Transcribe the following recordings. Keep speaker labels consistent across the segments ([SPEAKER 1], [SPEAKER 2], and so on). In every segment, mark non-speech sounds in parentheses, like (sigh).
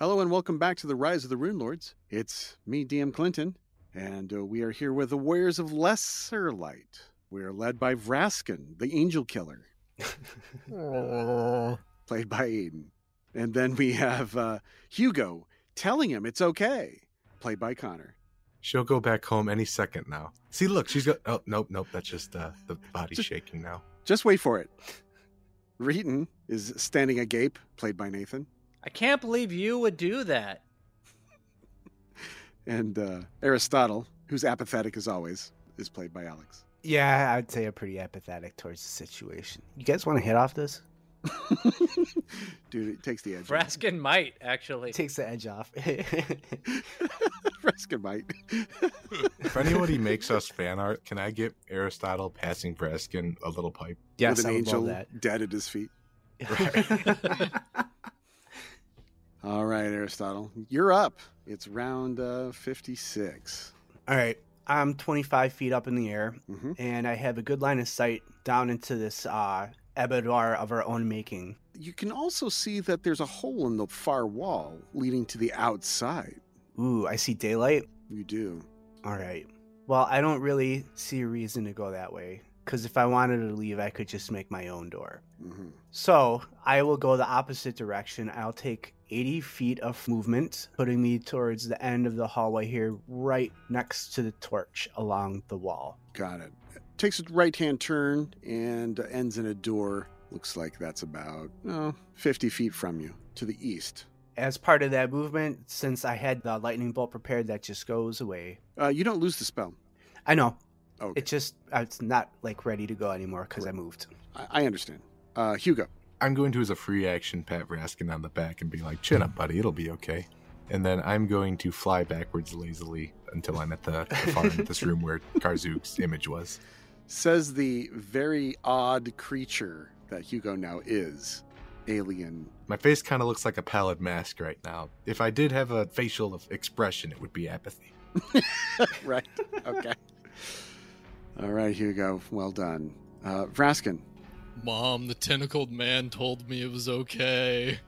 [SPEAKER 1] welcome back to the Rise of the Rune Lords. It's me, DM Clinton, and uh, we are here with the Warriors of Lesser Light. We are led by Vraskin, the Angel Killer,
[SPEAKER 2] Uh.
[SPEAKER 3] Oh,
[SPEAKER 1] played by Aiden. And then we have uh, Hugo telling him it's okay, played by Connor.
[SPEAKER 2] She'll go back home any second now. See, look, she's got. Oh, nope, nope. That's just uh, the body shaking now.
[SPEAKER 1] Just wait for it. Reeton is standing agape, played by Nathan.
[SPEAKER 4] I can't believe you would do that.
[SPEAKER 1] And uh, Aristotle, who's apathetic as always, is played by Alex. (laughs)
[SPEAKER 3] yeah, I'd say I'm pretty apathetic towards the situation. You guys want to hit off this?
[SPEAKER 1] Dude, it takes the edge. off.
[SPEAKER 4] Vraskin might actually.
[SPEAKER 3] It takes the edge off. (laughs)
[SPEAKER 1] (laughs) Fresca might.
[SPEAKER 2] If anybody makes us fan art, can I get Aristotle passing Braskin a little pipe?
[SPEAKER 3] yes,
[SPEAKER 1] With an
[SPEAKER 3] I would
[SPEAKER 1] angel
[SPEAKER 3] love that.
[SPEAKER 1] dead at his feet. All right, Aristotle, you're up. It's round uh, 56.
[SPEAKER 3] (laughs) All right, I'm 25 feet up in the air,
[SPEAKER 1] hmm
[SPEAKER 3] and I have a good line of sight down into this uh, abattoir of our own making.
[SPEAKER 1] You can also see that there's a hole in the far wall leading to the outside.
[SPEAKER 3] Ooh, I see daylight.
[SPEAKER 1] You do.
[SPEAKER 3] All right. Well, I don't really see a reason to go that way because if I wanted to leave, I could just make my own door.
[SPEAKER 1] hmm
[SPEAKER 3] So I will go the opposite direction. I'll take 80 feet of movement, putting me towards the end of the hallway here, right next to the torch along the wall.
[SPEAKER 1] Got it. Takes a right hand turn and uh, ends in a door. Looks like that's about oh, 50 feet from you to the east.
[SPEAKER 3] As part of that movement, since I had the lightning bolt prepared, that just goes away.
[SPEAKER 1] Uh, you don't lose the spell.
[SPEAKER 3] I know
[SPEAKER 1] Okay.
[SPEAKER 3] it just uh, it's not like ready to go anymore because I moved.
[SPEAKER 1] I, I understand. Uh, Hugo.
[SPEAKER 2] I'm going to, as a free action, pat Braskin on the back and be like, chin up, buddy. It'll be okay. And then I'm going to fly backwards lazily until I'm at the, the far end of this room where Karzook's image was.
[SPEAKER 1] says the very odd creature that Hugo now is alien.
[SPEAKER 2] My face kind of looks like a pallid mask right now. If I did have a facial expression, it would be apathy.
[SPEAKER 4] (laughs)
[SPEAKER 1] right. Okay. All right, Hugo. Well done. Uh, Vraskin.
[SPEAKER 5] Mom, the tentacled man told me it
[SPEAKER 2] (laughs)
[SPEAKER 5] was okay.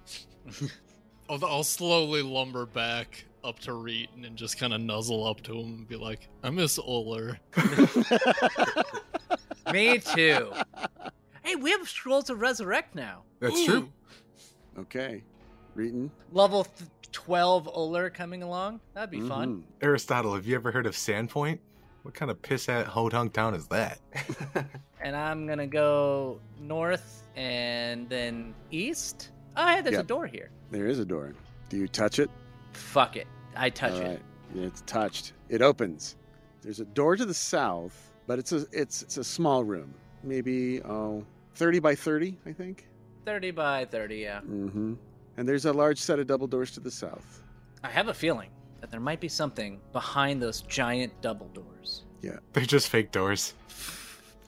[SPEAKER 5] I'll, I'll slowly lumber back up to Reeton and just kind of nuzzle up to him and be like, I miss Uller.
[SPEAKER 4] (laughs) Me too. Hey, we have scroll to resurrect now.
[SPEAKER 2] That's
[SPEAKER 5] (laughs)
[SPEAKER 2] true.
[SPEAKER 1] Okay. Reeton.
[SPEAKER 4] Level th- 12 Uller coming along. That'd be
[SPEAKER 1] Mm-hmm.
[SPEAKER 4] fun.
[SPEAKER 2] Aristotle, have you ever heard of Sandpoint? What kind of piss hat ho hunk town
[SPEAKER 1] (laughs)
[SPEAKER 2] is that?
[SPEAKER 4] And I'm going to go north and then east. Oh, hey, there's
[SPEAKER 1] Yep.
[SPEAKER 4] a door here.
[SPEAKER 1] There is a door. Do you touch it?
[SPEAKER 4] Fuck it. I touch
[SPEAKER 1] All
[SPEAKER 4] it.
[SPEAKER 1] right. It's touched. It opens. There's a door to the south, but it's a it's it's a small room. Maybe oh 30 by 30, I think.
[SPEAKER 4] 30 by 30, yeah.
[SPEAKER 1] Mm-hmm. And there's a large set of double doors to the south.
[SPEAKER 4] I have a feeling that there might be something behind those giant double doors.
[SPEAKER 2] They're just fake doors.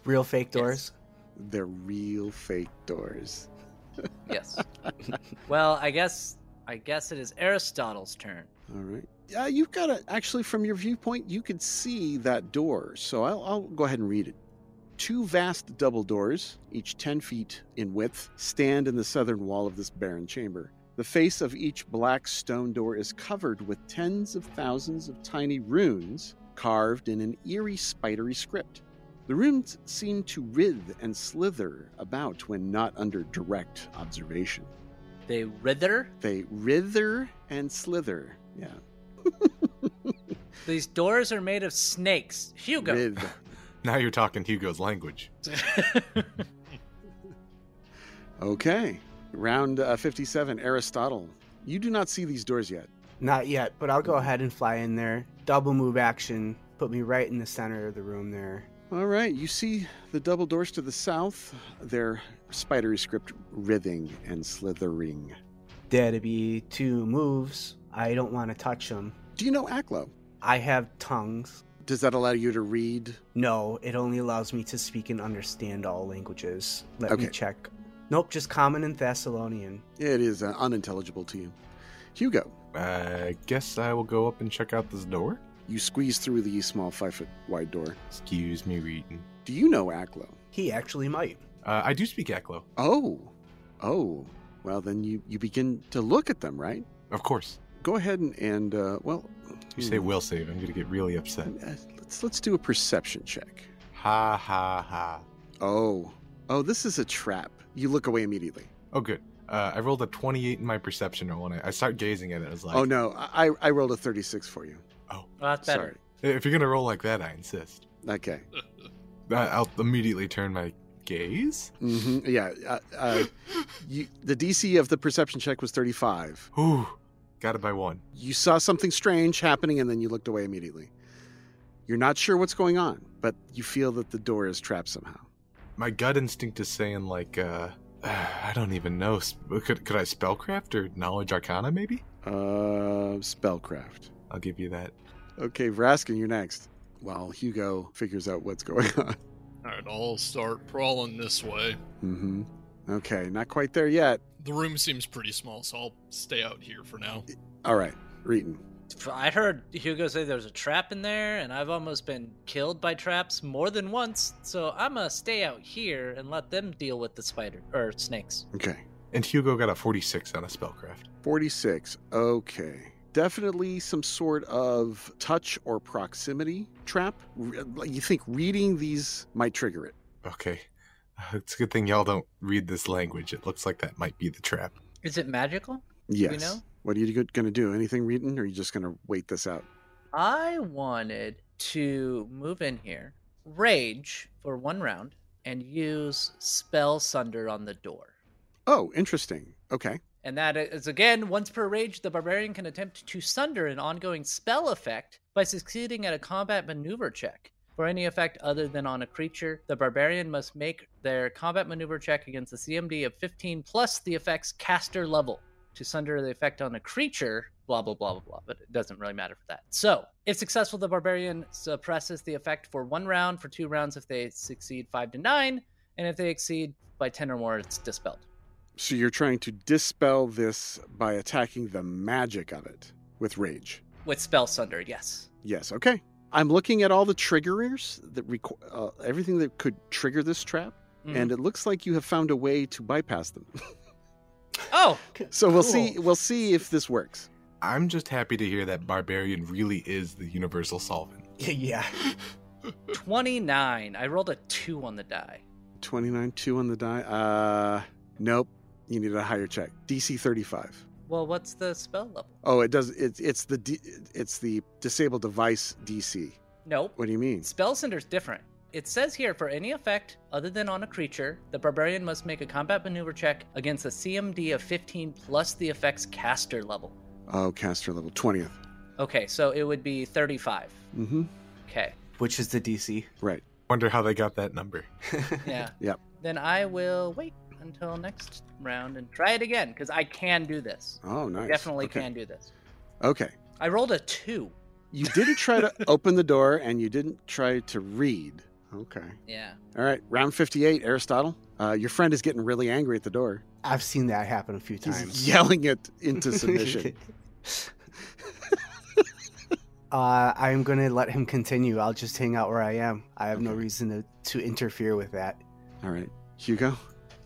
[SPEAKER 3] Real fake doors.
[SPEAKER 1] They're real fake doors.
[SPEAKER 4] Yes. well, I guess I guess it is Aristotle's turn.
[SPEAKER 1] All right. Yeah, you've got it. Actually, from your viewpoint, you could see that door. So I'll, I'll go ahead and read it. Two vast double doors, each 10 feet in width, stand in the southern wall of this barren chamber. The face of each black stone door is covered with tens of thousands of tiny runes carved in an eerie, spidery script. The runes seem to writhe and slither about when not under direct observation.
[SPEAKER 4] They writher.
[SPEAKER 1] They writher and slither. Yeah.
[SPEAKER 4] These doors are made of snakes. Hugo.
[SPEAKER 1] Writhe.
[SPEAKER 2] Now you're talking Hugo's language.
[SPEAKER 4] (laughs)
[SPEAKER 1] Okay. Round uh, 57, Aristotle. You do not see these doors yet.
[SPEAKER 3] Not yet, but I'll go ahead and fly in there. Double move action. Put me right in the center of the room there.
[SPEAKER 1] All right. You see the double doors to the south. They're spidery script writhing and slithering.
[SPEAKER 3] That'd be two moves. I don't want to touch them.
[SPEAKER 1] Do you know Aklo?
[SPEAKER 3] I have tongues.
[SPEAKER 1] Does that allow you to read?
[SPEAKER 3] No, it only allows me to speak and understand all languages. Let me
[SPEAKER 1] Okay.
[SPEAKER 3] check. Nope, just common and Thessalonian.
[SPEAKER 1] It is uh, unintelligible to you. Hugo,
[SPEAKER 2] I guess I will go up and check out this door.
[SPEAKER 1] you squeeze through the small five foot wide door.
[SPEAKER 2] Excuse me, reading.
[SPEAKER 1] Do you know Aklo?
[SPEAKER 3] He actually might.
[SPEAKER 2] Uh, I do speak Aklo,
[SPEAKER 1] Oh. Oh. Well, then you, you begin to look at them, right?
[SPEAKER 2] of course.
[SPEAKER 1] Go ahead and, and uh, well,
[SPEAKER 2] You say
[SPEAKER 1] hmm,
[SPEAKER 2] will save, I'm going to get really upset.
[SPEAKER 1] uh, let's let's do a perception check.
[SPEAKER 2] Ha ha ha.
[SPEAKER 1] Oh, oh, this is a trap. You look away immediately.
[SPEAKER 2] Oh, good. Uh, I rolled a 28 in my perception roll, and I, I start gazing at it. I was like,
[SPEAKER 1] oh no, I I rolled a thirty-six for you.
[SPEAKER 4] Well, that's better.
[SPEAKER 1] Sorry.
[SPEAKER 2] If you're going to roll like that, I insist.
[SPEAKER 1] Okay.
[SPEAKER 2] I- I'll immediately turn my gaze.
[SPEAKER 1] hmm Yeah. Uh, uh, you, the DC of the perception check was thirty-five.
[SPEAKER 2] Ooh, got it by one.
[SPEAKER 1] You saw something strange happening, and then you looked away immediately. You're not sure what's going on, but you feel that the door is trapped somehow.
[SPEAKER 2] My gut instinct is saying like, uh, (sighs) I don't even know. Sp- Could could I spellcraft or knowledge arcana maybe?
[SPEAKER 1] Uh, spellcraft.
[SPEAKER 2] I'll give you that.
[SPEAKER 1] Okay, Vraskin, you're next. While Hugo figures out what's (laughs) going on.
[SPEAKER 5] All right, I'll start crawling this way.
[SPEAKER 1] Mm-hmm. Okay, not quite there yet.
[SPEAKER 5] The room seems pretty small, so I'll stay out here for now.
[SPEAKER 1] All right, Reeton.
[SPEAKER 4] I heard Hugo say there's a trap in there, and I've almost been killed by traps more than once. So I'm gonna stay out here and let them deal with the spider or snakes.
[SPEAKER 1] Okay,
[SPEAKER 2] And Hugo got a 46 on a spellcraft.
[SPEAKER 1] 46. Okay. Definitely some sort of touch or proximity trap. Re- You think reading these might trigger it.
[SPEAKER 2] Okay, (laughs) it's a good thing y'all don't read this language. It looks like that might be the trap.
[SPEAKER 4] Is it magical?
[SPEAKER 1] Yes.
[SPEAKER 4] know?
[SPEAKER 1] What are you going to do? Anything, Reeton? Or are you just going to wait this out?
[SPEAKER 4] I wanted to move in here, rage for one round, and use spell sunder on the door.
[SPEAKER 1] Oh, interesting. Okay.
[SPEAKER 4] And that is again, once per rage, the barbarian can attempt to sunder an ongoing spell effect by succeeding at a combat maneuver check. For any effect other than on a creature, the barbarian must make their combat maneuver check against a CMD of 15 plus the effect's caster level to sunder the effect on a creature, blah, blah, blah, blah, blah. But it doesn't really matter for that. So, if successful, the barbarian suppresses the effect for one round, for two rounds if they succeed five to nine, and if they exceed by 10 or more, it's dispelled.
[SPEAKER 1] So you're trying to dispel this by attacking the magic of it with rage.
[SPEAKER 4] With spell sunder, yes.
[SPEAKER 1] Yes. Okay. I'm looking at all the triggers that requ- uh, everything that could trigger this trap,
[SPEAKER 4] Mhm.
[SPEAKER 1] and it looks like you have found a way to bypass them. (laughs)
[SPEAKER 4] Oh,
[SPEAKER 1] so we'll
[SPEAKER 3] Cool.
[SPEAKER 1] see. We'll see if this works.
[SPEAKER 2] I'm just happy to hear that barbarian really is the universal solvent.
[SPEAKER 3] (laughs) yeah.
[SPEAKER 4] 29. I rolled a 2 on the die.
[SPEAKER 1] Twenty-nine two on the die. Uh, nope. You need a higher check. DC thirty-five.
[SPEAKER 4] Well, what's the spell level?
[SPEAKER 1] Oh, it does. It's it's the D, it's the disabled device DC.
[SPEAKER 4] Nope.
[SPEAKER 1] What do you mean?
[SPEAKER 4] Spell Cinder's different. It says here for any effect other than on a creature, the barbarian must make a combat maneuver check against a CMD of 15 plus the effect's caster level.
[SPEAKER 1] Oh, caster level twentieth.
[SPEAKER 4] Okay, so it would be 35.
[SPEAKER 1] Mm-hmm. (laughs)
[SPEAKER 4] Okay.
[SPEAKER 3] Which is the DC.
[SPEAKER 1] Right.
[SPEAKER 2] Wonder how they got that number.
[SPEAKER 4] Yeah.
[SPEAKER 1] Yep.
[SPEAKER 4] Then I will wait until next round and try it again because I can do this.
[SPEAKER 1] Oh, nice.
[SPEAKER 4] Definitely
[SPEAKER 1] Okay.
[SPEAKER 4] can do this.
[SPEAKER 1] Okay.
[SPEAKER 4] I rolled a 2.
[SPEAKER 1] You didn't try
[SPEAKER 4] (laughs)
[SPEAKER 1] to open the door and you didn't try to read. Okay.
[SPEAKER 4] Yeah.
[SPEAKER 1] All right. Round 58, Aristotle. Uh, your friend is getting really angry at the door.
[SPEAKER 3] I've seen that happen a few
[SPEAKER 1] He's
[SPEAKER 3] times.
[SPEAKER 1] yelling it (laughs) into submission.
[SPEAKER 3] (laughs) uh, I'm going to let him continue. I'll just hang out where I am. I have no
[SPEAKER 1] Okay.
[SPEAKER 3] reason to, to interfere with that.
[SPEAKER 1] All right. Hugo.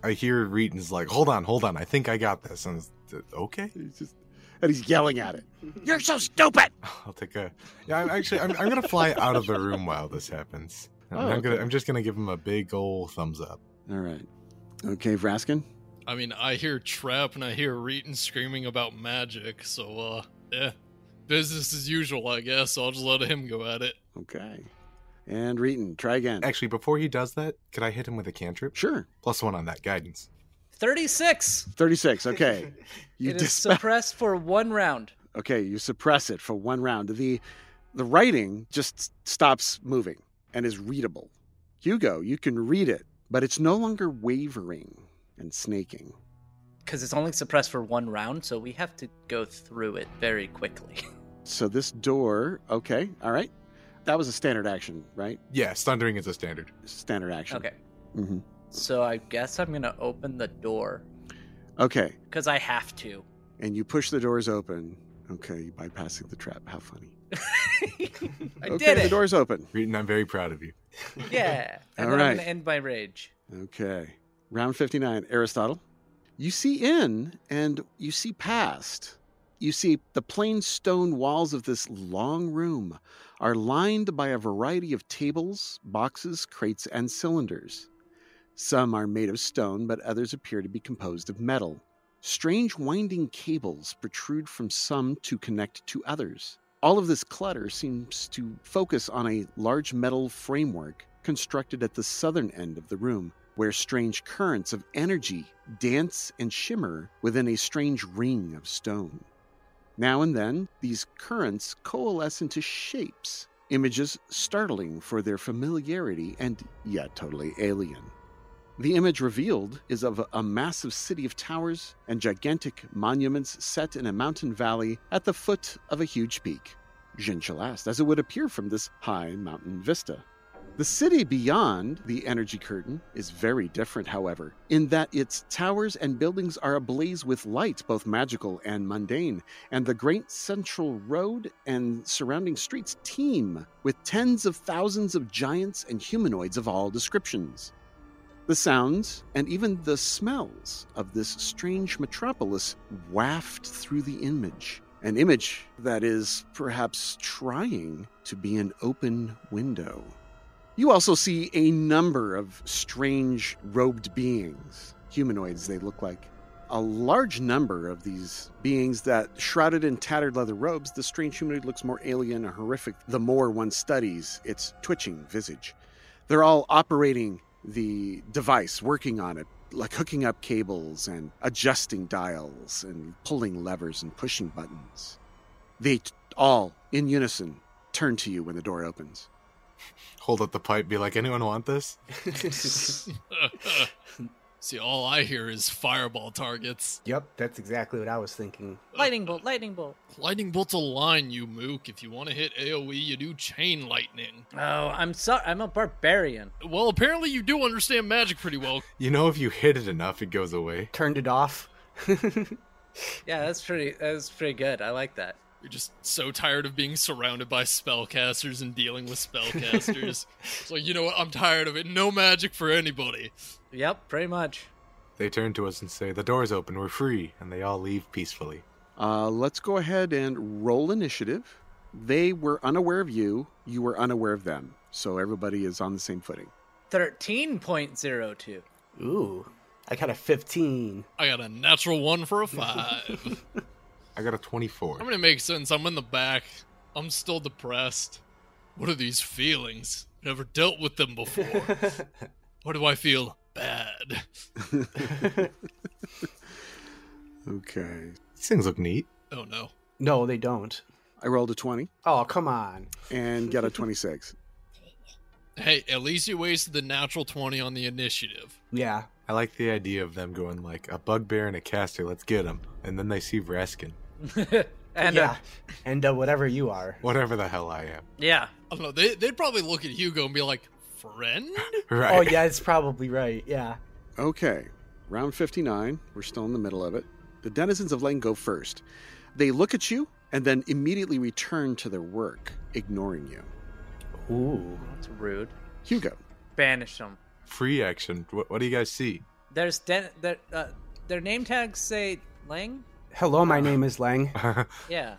[SPEAKER 2] I hear Reeton's like, hold on, hold on, I think I got this. And it's, uh, okay,
[SPEAKER 1] He's just, and he's yelling at (laughs) it. You're so stupid.
[SPEAKER 2] (laughs) I'll take a. Yeah, I'm actually, I'm, I'm gonna fly out of the room while this happens. And
[SPEAKER 1] Oh,
[SPEAKER 2] I'm gonna,
[SPEAKER 1] okay.
[SPEAKER 2] I'm just gonna give him a big ol' thumbs up.
[SPEAKER 1] All right. Okay, Vraskin.
[SPEAKER 5] I mean, I hear Trap and I hear Reeton screaming about magic, so, uh, yeah. Business as usual, I guess. I'll just let him go at it.
[SPEAKER 1] Okay. And Reeton. Try again.
[SPEAKER 2] Actually, before he does that, could I hit him with a cantrip?
[SPEAKER 1] Sure.
[SPEAKER 2] Plus one on that guidance.
[SPEAKER 4] 36.
[SPEAKER 1] 36. Okay. You
[SPEAKER 4] (laughs) It is
[SPEAKER 1] dispel.
[SPEAKER 4] suppressed for one round.
[SPEAKER 1] (laughs) okay. You suppress it for one round. The, the writing just stops moving and is readable. Hugo, you can read it, but it's no longer wavering and snaking.
[SPEAKER 4] because it's only suppressed for one round, so we have to go through it very quickly.
[SPEAKER 1] (laughs) So this door, okay, all right. That was a standard action, right?
[SPEAKER 2] Yeah, thundering is a standard.
[SPEAKER 1] Standard action.
[SPEAKER 4] okay,
[SPEAKER 1] hmm
[SPEAKER 4] so I guess I'm gonna open the door
[SPEAKER 1] Okay.
[SPEAKER 4] because I have
[SPEAKER 1] (laughs)
[SPEAKER 4] to.
[SPEAKER 1] And you push the doors open. Okay, you're bypassing the trap. How funny.
[SPEAKER 4] I
[SPEAKER 1] okay,
[SPEAKER 4] did
[SPEAKER 1] the
[SPEAKER 4] it.
[SPEAKER 1] door's open.
[SPEAKER 2] Reeton, I'm very proud of you.
[SPEAKER 4] Yeah,
[SPEAKER 1] (laughs)
[SPEAKER 4] and
[SPEAKER 1] All
[SPEAKER 4] then I'm
[SPEAKER 1] right.
[SPEAKER 4] gonna end my rage.
[SPEAKER 1] Okay. Round 59, Aristotle. You see in and you see past You see, the plain stone walls of this long room are lined by a variety of tables, boxes, crates, and cylinders. Some are made of stone, but others appear to be composed of metal. Strange winding cables protrude from some to connect to others. All of this clutter seems to focus on a large metal framework constructed at the southern end of the room, where strange currents of energy dance and shimmer within a strange ring of stone. Now and then, these currents coalesce into shapes, images startling for their familiarity and yet totally alien. The image revealed is of a massive city of towers and gigantic monuments set in a mountain valley at the foot of a huge peak, Jinchalas, as it would appear from this high mountain vista. The city beyond the energy curtain is very different, however, in that its towers and buildings are ablaze with light, both magical and mundane, and the great central road and surrounding streets teem with tens of thousands of giants and humanoids of all descriptions. The sounds and even the smells of this strange metropolis waft through the image, an image that is perhaps trying to be an open window. You also see a number of strange robed beings, humanoids they look like. A large number of these beings that, shrouded in tattered leather robes, the strange humanoid looks more alien and horrific the more one studies its twitching visage. They're all operating the device, working on it, like hooking up cables and adjusting dials and pulling levers and pushing buttons. They t- all, in unison, turn to you when the door opens.
[SPEAKER 2] Hold up the pipe, be like, anyone want this?
[SPEAKER 5] See, all I hear is fireball targets.
[SPEAKER 3] Yep, that's exactly what I was thinking.
[SPEAKER 4] Lightning bolt, lightning bolt.
[SPEAKER 5] Lightning bolt's a line, you mook. If you want to hit AoE, you do chain lightning.
[SPEAKER 4] Oh, I'm sorry. I'm a barbarian.
[SPEAKER 5] Well, apparently you do understand magic pretty well.
[SPEAKER 2] You know, if you hit it enough, it goes away.
[SPEAKER 3] Turned it off. (laughs)
[SPEAKER 4] Yeah, that's pretty. That's pretty good. I like that.
[SPEAKER 5] You're just so tired of being surrounded by spellcasters and dealing with spellcasters. it's like, you know what? I'm tired of it. No magic for anybody.
[SPEAKER 4] Yep, pretty much.
[SPEAKER 2] They turn to us and say, the door's open, we're free, and they all leave peacefully.
[SPEAKER 1] Uh, let's go ahead and roll initiative. They were unaware of you, you were unaware of them. So everybody is on the same footing.
[SPEAKER 4] Thirteen point zero two. (laughs)
[SPEAKER 3] Ooh, I got a 15.
[SPEAKER 5] I got a natural one for a five.
[SPEAKER 2] I got a 24.
[SPEAKER 5] I'm gonna make sense. I'm in the back. I'm still depressed. What are these feelings? Never dealt with them before. Why do I feel bad?
[SPEAKER 1] Okay.
[SPEAKER 2] These things look neat.
[SPEAKER 5] Oh no.
[SPEAKER 3] no, they don't.
[SPEAKER 1] I rolled a 20
[SPEAKER 3] Oh, come on.
[SPEAKER 1] and got a 26.
[SPEAKER 5] Hey, at least you wasted the natural 20 on the initiative.
[SPEAKER 3] Yeah.
[SPEAKER 2] I like the idea of them going like a bugbear and a caster. Let's get them, and then they see Raskin,
[SPEAKER 4] and
[SPEAKER 3] yeah.
[SPEAKER 4] uh,
[SPEAKER 3] and uh, whatever you are.
[SPEAKER 2] whatever the hell I am.
[SPEAKER 4] yeah,
[SPEAKER 5] I don't know. They, they'd probably look at Hugo and be like, friend?
[SPEAKER 2] Right?
[SPEAKER 3] Oh, yeah, it's probably right. Yeah.
[SPEAKER 1] Okay. Round 59. We're still in the middle of it. The denizens of Lane go first. They look at you and then immediately return to their work, ignoring you.
[SPEAKER 3] Ooh.
[SPEAKER 4] that's rude.
[SPEAKER 1] Hugo.
[SPEAKER 4] Banish them.
[SPEAKER 2] (laughs) Free action. What, what do you guys see? (laughs)
[SPEAKER 4] There's den- their uh, their name tags say Lang.
[SPEAKER 3] Hello, my name is Lang.
[SPEAKER 4] Yeah.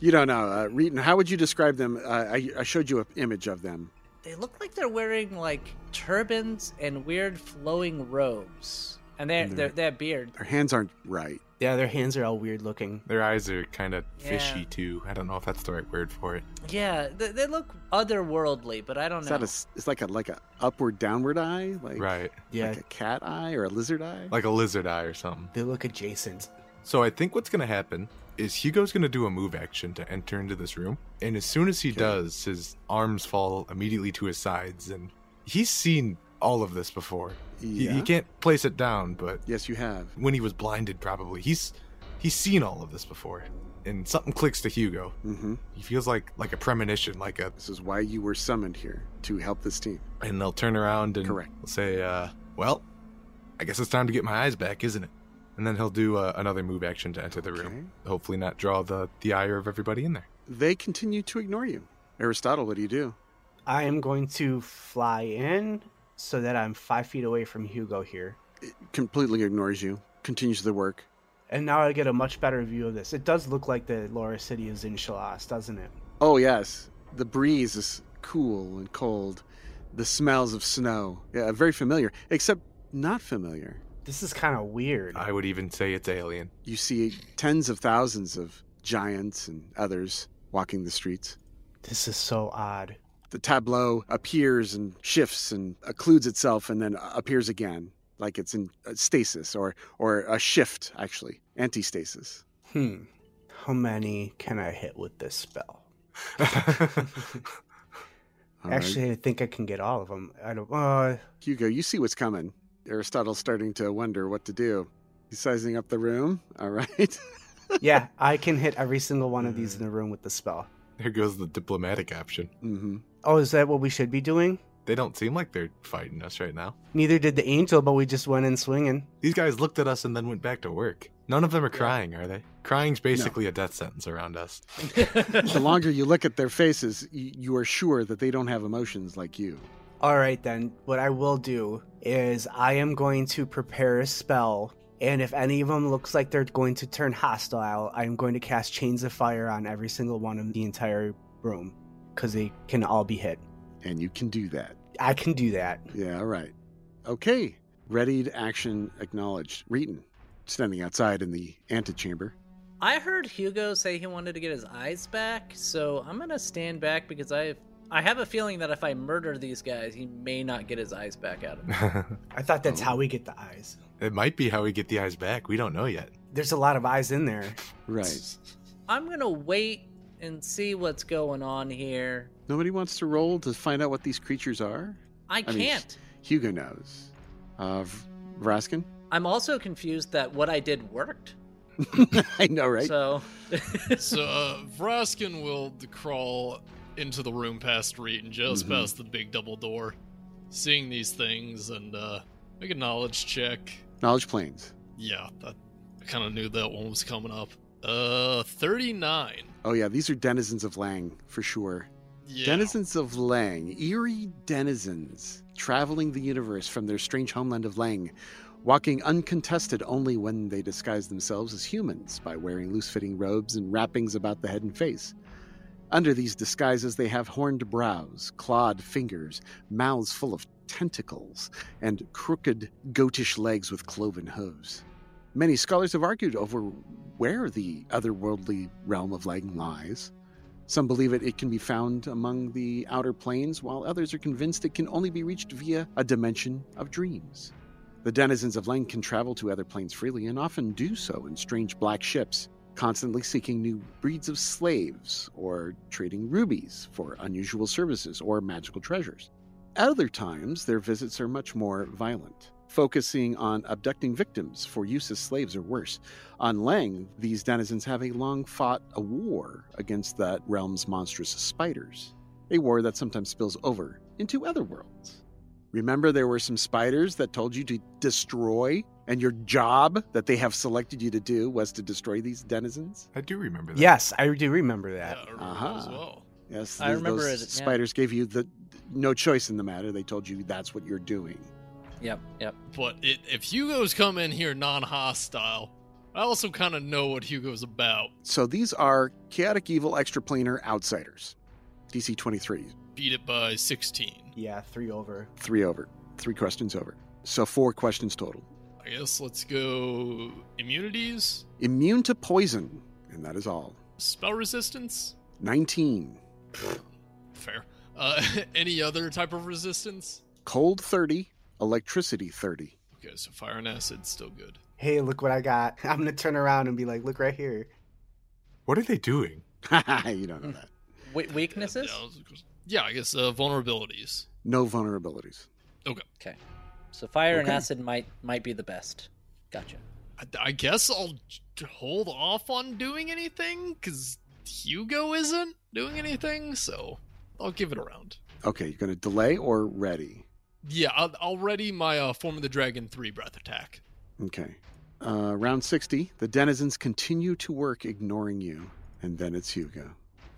[SPEAKER 1] You don't know. Uh, Reeton, how would you describe them? Uh, I, I showed you an image of them.
[SPEAKER 4] They look like they're wearing like turbans and weird flowing robes, and they're
[SPEAKER 1] And
[SPEAKER 4] they're,
[SPEAKER 1] they're-
[SPEAKER 4] they're beard.
[SPEAKER 1] Their hands aren't right.
[SPEAKER 3] Yeah, their hands are all weird looking.
[SPEAKER 2] Their eyes are kind of fishy
[SPEAKER 4] Yeah.
[SPEAKER 2] too. I don't know if that's the right word for it.
[SPEAKER 4] Yeah, they, they look otherworldly, but I don't
[SPEAKER 1] It's
[SPEAKER 4] know.
[SPEAKER 1] not a, s- it's like a like a upward downward eye, like
[SPEAKER 2] Right?
[SPEAKER 3] Yeah,
[SPEAKER 1] like a cat eye or a lizard eye.
[SPEAKER 2] Like a lizard eye or something.
[SPEAKER 3] they look adjacent.
[SPEAKER 2] So I think what's gonna happen is Hugo's gonna do a move action to enter into this room, and as soon as he does, his arms fall immediately to his sides, and he's seen all of this before. He,
[SPEAKER 1] yeah.
[SPEAKER 2] he can't place it down, but
[SPEAKER 1] yes, you have.
[SPEAKER 2] when he was blinded, probably he's he's seen all of this before, and something clicks to Hugo.
[SPEAKER 1] hmm
[SPEAKER 2] He feels like like a premonition, like a,
[SPEAKER 1] This is why you were summoned here to help this team.
[SPEAKER 2] and they'll turn around and
[SPEAKER 1] Correct.
[SPEAKER 2] they'll say, uh, "Well, I guess it's time to get my eyes back, isn't it?" And then he'll do uh, another move action to enter the room.
[SPEAKER 1] Okay.
[SPEAKER 2] Hopefully, not draw the the ire of everybody in there.
[SPEAKER 1] They continue to ignore you. Aristotle, what do you do?
[SPEAKER 3] I am going to fly in so that I'm five feet away from Hugo here.
[SPEAKER 1] Completely ignores you. Continues the work.
[SPEAKER 3] And now I get a much better view of this. It does look like the Laura City is in Shalas, doesn't it?
[SPEAKER 1] Oh, yes. The breeze is cool and cold. The smells of snow. Yeah, very familiar, except not familiar.
[SPEAKER 3] This is kind of weird.
[SPEAKER 2] I would even say
[SPEAKER 1] (laughs)
[SPEAKER 2] it's alien. (laughs)
[SPEAKER 1] You see tens of thousands of giants and others walking the streets.
[SPEAKER 3] This is so odd.
[SPEAKER 1] The tableau appears and shifts and occludes itself and then appears again, like it's in stasis or, or a shift, actually, antistasis.
[SPEAKER 3] Hmm. How many can I hit with this spell?
[SPEAKER 1] All right.
[SPEAKER 3] Actually, I think I can get all of them. I don't. Uh,
[SPEAKER 1] Hugo, you see what's coming. Aristotle's starting to wonder what to do. He's sizing up the room. All right. (laughs)
[SPEAKER 3] yeah, I can hit every single one of
[SPEAKER 1] Mm.
[SPEAKER 3] these in the room with the spell.
[SPEAKER 2] There goes the diplomatic option.
[SPEAKER 1] hmm
[SPEAKER 3] Oh, is that what we should be doing?
[SPEAKER 2] They don't seem like they're fighting us right now.
[SPEAKER 3] Neither did the angel, but we just went in swinging.
[SPEAKER 2] These guys looked at us and then went back to work. None of them are crying, are they? Crying's basically a death sentence around us. (laughs)
[SPEAKER 1] The longer you look at their faces, y- you are sure that they don't have emotions like you.
[SPEAKER 3] All right, then. What I will do is I am going to prepare a spell, and if any of them looks like they're going to turn hostile, I'm going to cast Chains of Fire on every single one of the entire room, because they can all be hit.
[SPEAKER 1] And you can do that.
[SPEAKER 3] I can do that.
[SPEAKER 1] Yeah, all right. Okay. Readied action acknowledged. Reeton, standing outside in the antechamber.
[SPEAKER 4] I heard Hugo say he wanted to get his eyes back, so I'm gonna stand back because I I have a feeling that if I murder these guys, he may not get his eyes back out of me.
[SPEAKER 3] I thought that's
[SPEAKER 1] Oh.
[SPEAKER 3] how we get the eyes.
[SPEAKER 2] it might be how we get the eyes back. We don't know yet.
[SPEAKER 3] There's a lot of eyes in there.
[SPEAKER 1] Right.
[SPEAKER 4] I'm gonna wait and see what's going on here.
[SPEAKER 1] Nobody wants to roll to find out what these creatures are?
[SPEAKER 4] I
[SPEAKER 1] I mean,
[SPEAKER 4] can't.
[SPEAKER 1] Hugo knows. Uh, V- Vraskin? (laughs)
[SPEAKER 4] I'm also confused that what I did worked.
[SPEAKER 1] I know, right?
[SPEAKER 4] So
[SPEAKER 5] so uh, Vraskin will crawl into the room past Reed and just
[SPEAKER 1] Mhm.
[SPEAKER 5] past the big double door, seeing these things and uh, make a knowledge check.
[SPEAKER 1] Knowledge planes.
[SPEAKER 5] Yeah, that, I kind of knew that one was coming up. Uh, thirty-nine.
[SPEAKER 1] Oh, yeah, these are denizens of Lang, for sure.
[SPEAKER 5] Yeah.
[SPEAKER 1] Denizens of Lang, eerie denizens, traveling the universe from their strange homeland of Lang, walking uncontested only when they disguise themselves as humans by wearing loose fitting robes and wrappings about the head and face. Under these disguises, they have horned brows, clawed fingers, mouths full of tentacles, and crooked, goatish legs with cloven hooves. Many scholars have argued over where the otherworldly realm of Lang lies. Some believe it, it can be found among the outer planes, while others are convinced it can only be reached via a dimension of dreams. The denizens of Lang can travel to other planes freely and often do so in strange black ships, constantly seeking new breeds of slaves or trading rubies for unusual services or magical treasures. At other times, their visits are much more violent, focusing on abducting victims for use as slaves or worse. On Lang, these denizens have a long fought a war against that realm's monstrous spiders, a war that sometimes spills over into other worlds. Remember, there were some spiders that told you to destroy, and your job that they have selected you to do was to destroy these denizens?
[SPEAKER 2] I do remember that.
[SPEAKER 3] Yes, I do remember
[SPEAKER 5] Yeah,
[SPEAKER 3] that.
[SPEAKER 5] I remember
[SPEAKER 1] Uh-huh.
[SPEAKER 5] as well.
[SPEAKER 1] Yes,
[SPEAKER 4] I
[SPEAKER 1] th-
[SPEAKER 4] remember
[SPEAKER 1] those
[SPEAKER 4] it, yeah.
[SPEAKER 1] spiders gave you the no choice in the matter. They told you that's what you're doing.
[SPEAKER 4] Yep, yep.
[SPEAKER 5] But it, if Hugo's come in here non-hostile, I also kind of know what Hugo's about.
[SPEAKER 1] So these are chaotic evil extraplanar outsiders. DC 23,
[SPEAKER 5] Beat it by sixteen.
[SPEAKER 3] Yeah, three over.
[SPEAKER 1] three over, three questions over. So four questions total.
[SPEAKER 5] I guess let's go immunities,
[SPEAKER 1] immune to poison, and that is all.
[SPEAKER 5] spell resistance.
[SPEAKER 1] 19.
[SPEAKER 5] Fair. Uh, (laughs) any other type of resistance?
[SPEAKER 1] Cold 30, electricity 30.
[SPEAKER 5] Okay, so fire and acid still good.
[SPEAKER 3] Hey, look what I got. (laughs) I'm gonna turn around and be like, look right here.
[SPEAKER 2] What are they doing?
[SPEAKER 1] (laughs) you don't know that.
[SPEAKER 4] We- weaknesses?
[SPEAKER 5] Yeah, yeah, I guess uh, vulnerabilities.
[SPEAKER 1] No vulnerabilities.
[SPEAKER 4] So fire and
[SPEAKER 1] Okay.
[SPEAKER 4] acid might might be the best. Gotcha.
[SPEAKER 5] I, I guess I'll j- hold off on doing anything because Hugo isn't doing anything, so I'll give it a round.
[SPEAKER 1] Okay, you're going to delay or ready?
[SPEAKER 5] Yeah, I'll, I'll ready my uh, Form of the Dragon 3 breath attack.
[SPEAKER 1] Okay. Uh, round 60, the denizens continue to work, ignoring you, and then it's Hugo.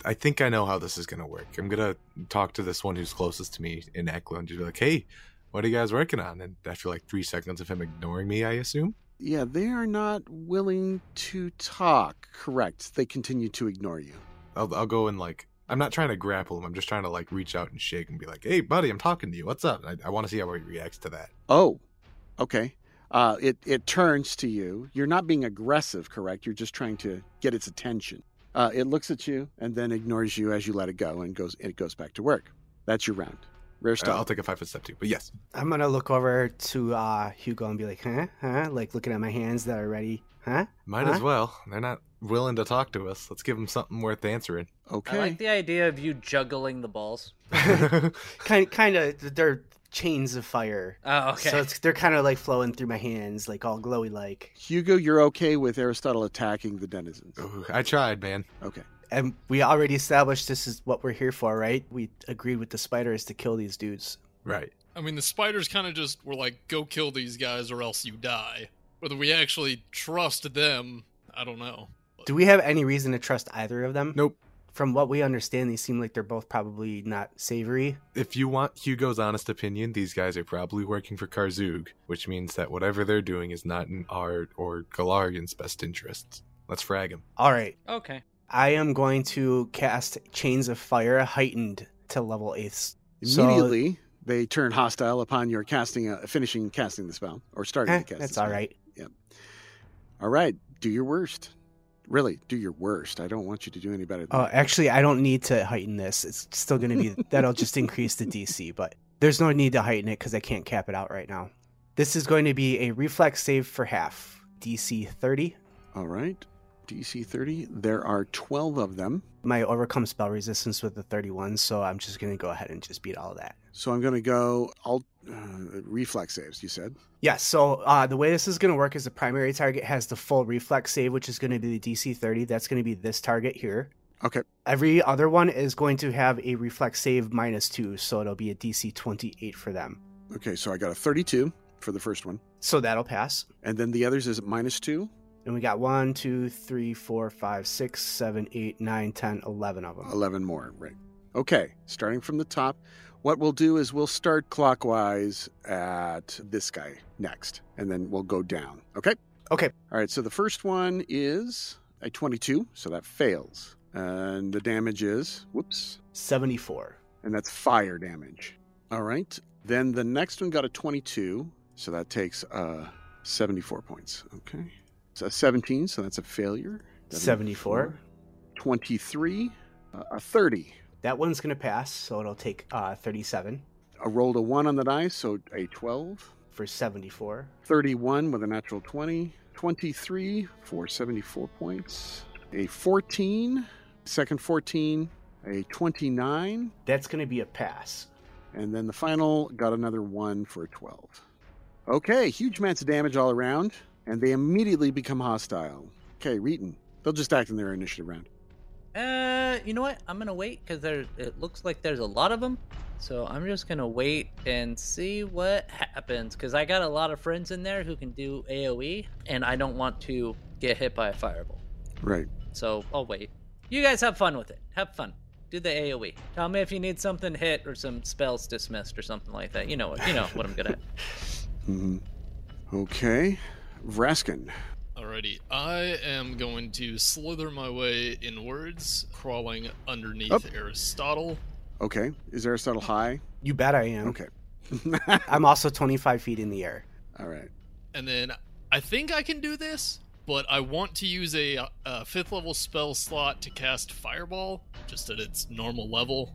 [SPEAKER 2] I think I know how this is going to work. I'm going to talk to this one who's closest to me in Eklund and just be like, hey, what are you guys working on? And after like three seconds of him ignoring me, I assume,
[SPEAKER 1] Yeah, they are not willing to talk. Correct. They continue to ignore you.
[SPEAKER 2] I'll, I'll go and like I'm not trying to grapple him. I'm just trying to like reach out and shake and be like, "Hey, buddy, I'm talking to you. What's up?" I, I want to see how he reacts to that.
[SPEAKER 1] Oh, okay. Uh, it it turns to you. You're not being aggressive, correct? You're just trying to get its attention. Uh, it looks at you and then ignores you as you let it go and goes. It goes back to work. That's your round. Rare
[SPEAKER 2] Uh,
[SPEAKER 1] style.
[SPEAKER 2] I'll take a five foot step too. But yes,
[SPEAKER 3] I'm gonna look over to uh, Hugo and be like, huh, huh, like looking at my hands that are ready, huh?
[SPEAKER 2] might as
[SPEAKER 3] Huh?
[SPEAKER 2] well. They're not willing to talk to us. Let's give them something worth answering. (laughs)
[SPEAKER 1] okay.
[SPEAKER 4] I like the idea of you juggling the balls.
[SPEAKER 3] Kind, kind of, they're chains of fire.
[SPEAKER 4] Oh, okay.
[SPEAKER 3] So it's, they're kind of like flowing through my hands, like all glowy like.
[SPEAKER 1] Hugo, you're okay with Aristotle attacking the denizens.
[SPEAKER 3] Oh.
[SPEAKER 2] Ooh, I tried, man.
[SPEAKER 1] Okay.
[SPEAKER 3] And we already established this is what we're here for, right? We agreed with the spider is to kill these dudes.
[SPEAKER 2] Right.
[SPEAKER 5] I mean, the spiders kind of just were like, go kill these guys or else you die. Whether we actually trust them, I don't know.
[SPEAKER 3] Do we have any reason to trust either of them?
[SPEAKER 2] Nope.
[SPEAKER 3] From what we understand, they seem like they're both probably not savory.
[SPEAKER 2] If you want Hugo's honest opinion, these guys are probably working for Karzug, which means that whatever they're doing is not in our or Galargan's best interests. Let's frag him.
[SPEAKER 3] All right,
[SPEAKER 4] okay.
[SPEAKER 3] I am going to cast Chains of Fire heightened to level eighth. So-
[SPEAKER 1] Immediately, they turn hostile upon your casting, uh, finishing casting the spell or starting
[SPEAKER 3] Eh,
[SPEAKER 1] to cast. the
[SPEAKER 3] that's
[SPEAKER 1] spell.
[SPEAKER 3] all right.
[SPEAKER 1] All right, do your worst. Really, do your worst. I don't want you to do any better. Than
[SPEAKER 3] Oh,
[SPEAKER 1] that.
[SPEAKER 3] actually, I don't need to heighten this. It's still going to be that'll just increase the DC, but there's no need to heighten it because I can't cap it out right now. This is going to be a reflex save for half DC 30.
[SPEAKER 1] All right, DC 30. There are 12 of them,
[SPEAKER 3] My overcome spell resistance with the 31, so I'm just going to go ahead and just beat all that.
[SPEAKER 1] so I'm going to go. I'll uh, reflex saves. You said.
[SPEAKER 3] Yeah, so uh, the way this is going to work is the primary target has the full reflex save, which is going to be the DC 30. That's going to be this target here.
[SPEAKER 1] Okay.
[SPEAKER 3] Every other one is going to have a reflex save minus two, so it'll be a DC 28 for them.
[SPEAKER 1] Okay, so I got a 32 for the first one,
[SPEAKER 3] So that'll pass.
[SPEAKER 1] and then the others is minus two.
[SPEAKER 3] And we got one, two, three, four, five, six, seven, eight, nine, ten, eleven of them.
[SPEAKER 1] 11 more, right? Okay, starting from the top. What we'll do is we'll start clockwise at this guy next, and then we'll go down. Okay?
[SPEAKER 3] Okay.
[SPEAKER 1] All right, so the first one is a 22, so that fails. And the damage is, whoops,
[SPEAKER 3] 74.
[SPEAKER 1] and that's fire damage. All right, then the next one got a 22, so that takes uh, 74 points. Okay. So 17, so that's a failure.
[SPEAKER 3] 74.
[SPEAKER 1] 23, uh, a 30.
[SPEAKER 3] That one's going to pass, so it'll take uh, 37
[SPEAKER 1] I rolled a 1 on the dice, so a 12.
[SPEAKER 3] for 74.
[SPEAKER 1] 31 with a natural 20. 23 for 74 points. A 14, second 14, a 29.
[SPEAKER 3] That's going to be a pass.
[SPEAKER 1] And then the final got another 1 for a 12. Okay, huge amounts of damage all around, and they immediately become hostile. Okay, Reeton, they'll just act in their initiative round.
[SPEAKER 4] Uh, you know what? I'm gonna wait because there. It looks like there's a lot of them, so I'm just gonna wait and see what happens. Because I got a lot of friends in there who can do AOE, and I don't want to get hit by a fireball.
[SPEAKER 1] Right.
[SPEAKER 4] So I'll wait. You guys have fun with it. Have fun. Do the AOE. Tell me if you need something hit or some spells dismissed or something like that. You know what? You know what I'm good at.
[SPEAKER 1] hmm Okay, Vraskin.
[SPEAKER 5] Alrighty, I am going to slither my way inwards, crawling underneath
[SPEAKER 1] Up.
[SPEAKER 5] Aristotle.
[SPEAKER 1] Okay, is Aristotle high?
[SPEAKER 3] You bet I am.
[SPEAKER 1] Okay. (laughs)
[SPEAKER 3] I'm also 25 feet in the air.
[SPEAKER 1] all right.
[SPEAKER 5] And then I think I can do this, but I want to use a, a fifth level spell slot to cast Fireball, just at its normal level,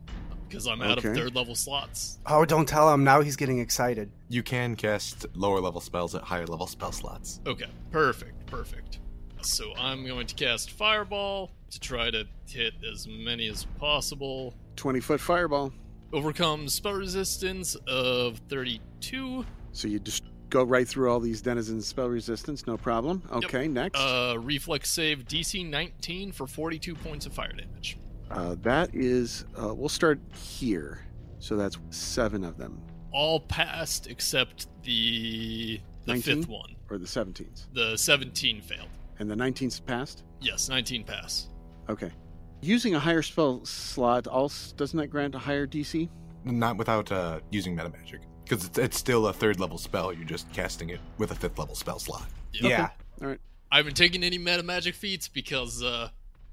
[SPEAKER 5] because I'm out of
[SPEAKER 1] Okay.
[SPEAKER 5] third level slots.
[SPEAKER 3] Oh, don't tell him. Now he's getting excited.
[SPEAKER 2] You can cast lower level spells at higher level spell slots.
[SPEAKER 5] Okay, perfect, perfect. So I'm going to cast Fireball to try to hit as many as possible.
[SPEAKER 1] 20 foot fireball.
[SPEAKER 5] Overcome spell resistance of 32.
[SPEAKER 1] So you just go right through all these denizens spell resistance, no problem. Okay, next. Uh,
[SPEAKER 5] Uh, reflex save DC 19 for 42 points of fire damage.
[SPEAKER 1] that is, uh, we'll start here. So that's seven of them,
[SPEAKER 5] All passed except the the
[SPEAKER 1] 19?
[SPEAKER 5] fifth one.
[SPEAKER 1] or the 17s.
[SPEAKER 5] The 17 failed.
[SPEAKER 1] And the 19s passed?
[SPEAKER 5] Yes, 19 pass.
[SPEAKER 1] Okay. Using a higher spell slot also doesn't that grant a higher DC?
[SPEAKER 2] Not without uh, using metamagic, because it's, it's still a third level spell. You're just casting it with a fifth level spell slot.
[SPEAKER 3] Yeah.
[SPEAKER 5] I haven't taken any meta magic feats because uh,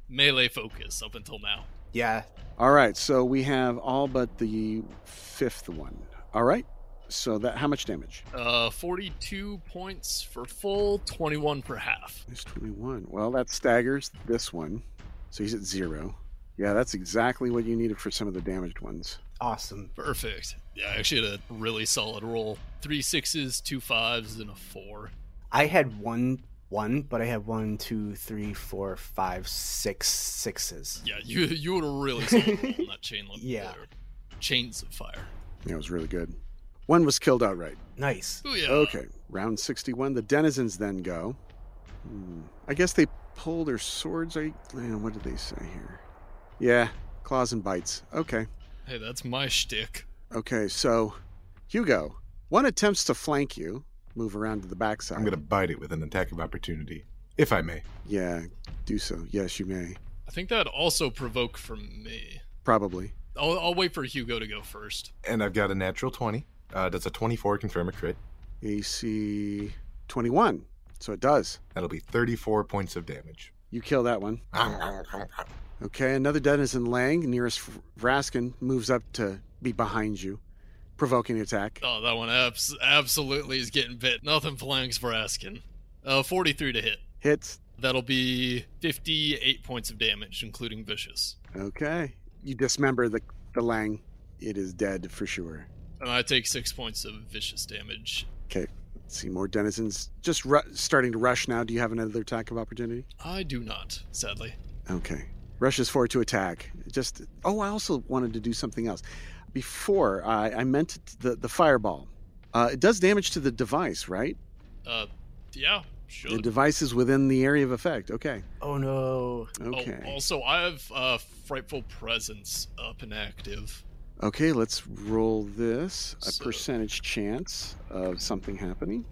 [SPEAKER 5] melee focus up until now.
[SPEAKER 3] Yeah.
[SPEAKER 1] All right, so we have all but the fifth one. All right, so that how much damage?
[SPEAKER 5] Uh, 42 points for full, 21 per half.
[SPEAKER 1] There's 21. Well, that staggers this one, so he's at zero. Yeah, that's exactly what you needed for some of the damaged ones.
[SPEAKER 3] Awesome.
[SPEAKER 5] Perfect. Yeah, I actually had a really solid roll. Three sixes, two fives, and a four.
[SPEAKER 3] I had one one, but I had one, two, three, four, five, six sixes.
[SPEAKER 5] Yeah, you (laughs) you would have really solid roll on that chain link
[SPEAKER 3] Yeah.
[SPEAKER 5] there. Chains of fire.
[SPEAKER 1] That was really good. One was killed outright.
[SPEAKER 3] Nice.
[SPEAKER 5] Oh yeah.
[SPEAKER 1] Okay, round 61. The denizens then go. Hmm. I guess they pull their swords. I, man, what did they say here? Yeah, claws and bites. Okay.
[SPEAKER 5] Hey, that's my shtick.
[SPEAKER 1] Okay, so Hugo, one attempts to flank you, move around to the backside.
[SPEAKER 2] I'm going to bite it with an attack of opportunity, if I may.
[SPEAKER 1] Yeah, do so. Yes, you may.
[SPEAKER 5] I think that'd also provoke from me.
[SPEAKER 1] Probably.
[SPEAKER 5] I'll, I'll wait for Hugo to go first.
[SPEAKER 2] And I've got a natural 20. Uh, does a 24 confirm a crit?
[SPEAKER 1] AC 21. So it does.
[SPEAKER 2] That'll be 34 points of damage.
[SPEAKER 1] You kill that one. Okay, another denizen Lang, nearest Vraskin, moves up to be behind you, provoking attack.
[SPEAKER 5] Oh, that one abs- absolutely is getting bit. Nothing flanks for asking. Uh, 43 to hit.
[SPEAKER 1] Hits.
[SPEAKER 5] That'll be 58 points of damage, including vicious.
[SPEAKER 1] Okay. You dismember the, the Lang. It is dead for sure.
[SPEAKER 5] And I take six points of vicious damage.
[SPEAKER 1] See more denizens just ru- starting to rush now. Do you have another attack of opportunity?
[SPEAKER 5] I do not, sadly.
[SPEAKER 1] Okay. Rushes forward to attack. Just oh, I also wanted to do something else. Before I, I meant the the fireball. Uh, it does damage to the device, right?
[SPEAKER 5] Uh, yeah,
[SPEAKER 1] The
[SPEAKER 5] should.
[SPEAKER 1] device is within the area of effect. Okay.
[SPEAKER 3] Oh no. (laughs)
[SPEAKER 5] Oh,
[SPEAKER 1] Okay.
[SPEAKER 5] also, I have uh, frightful presence up and active.
[SPEAKER 1] Okay. Let's roll this. A
[SPEAKER 5] So-
[SPEAKER 1] percentage chance of something happening.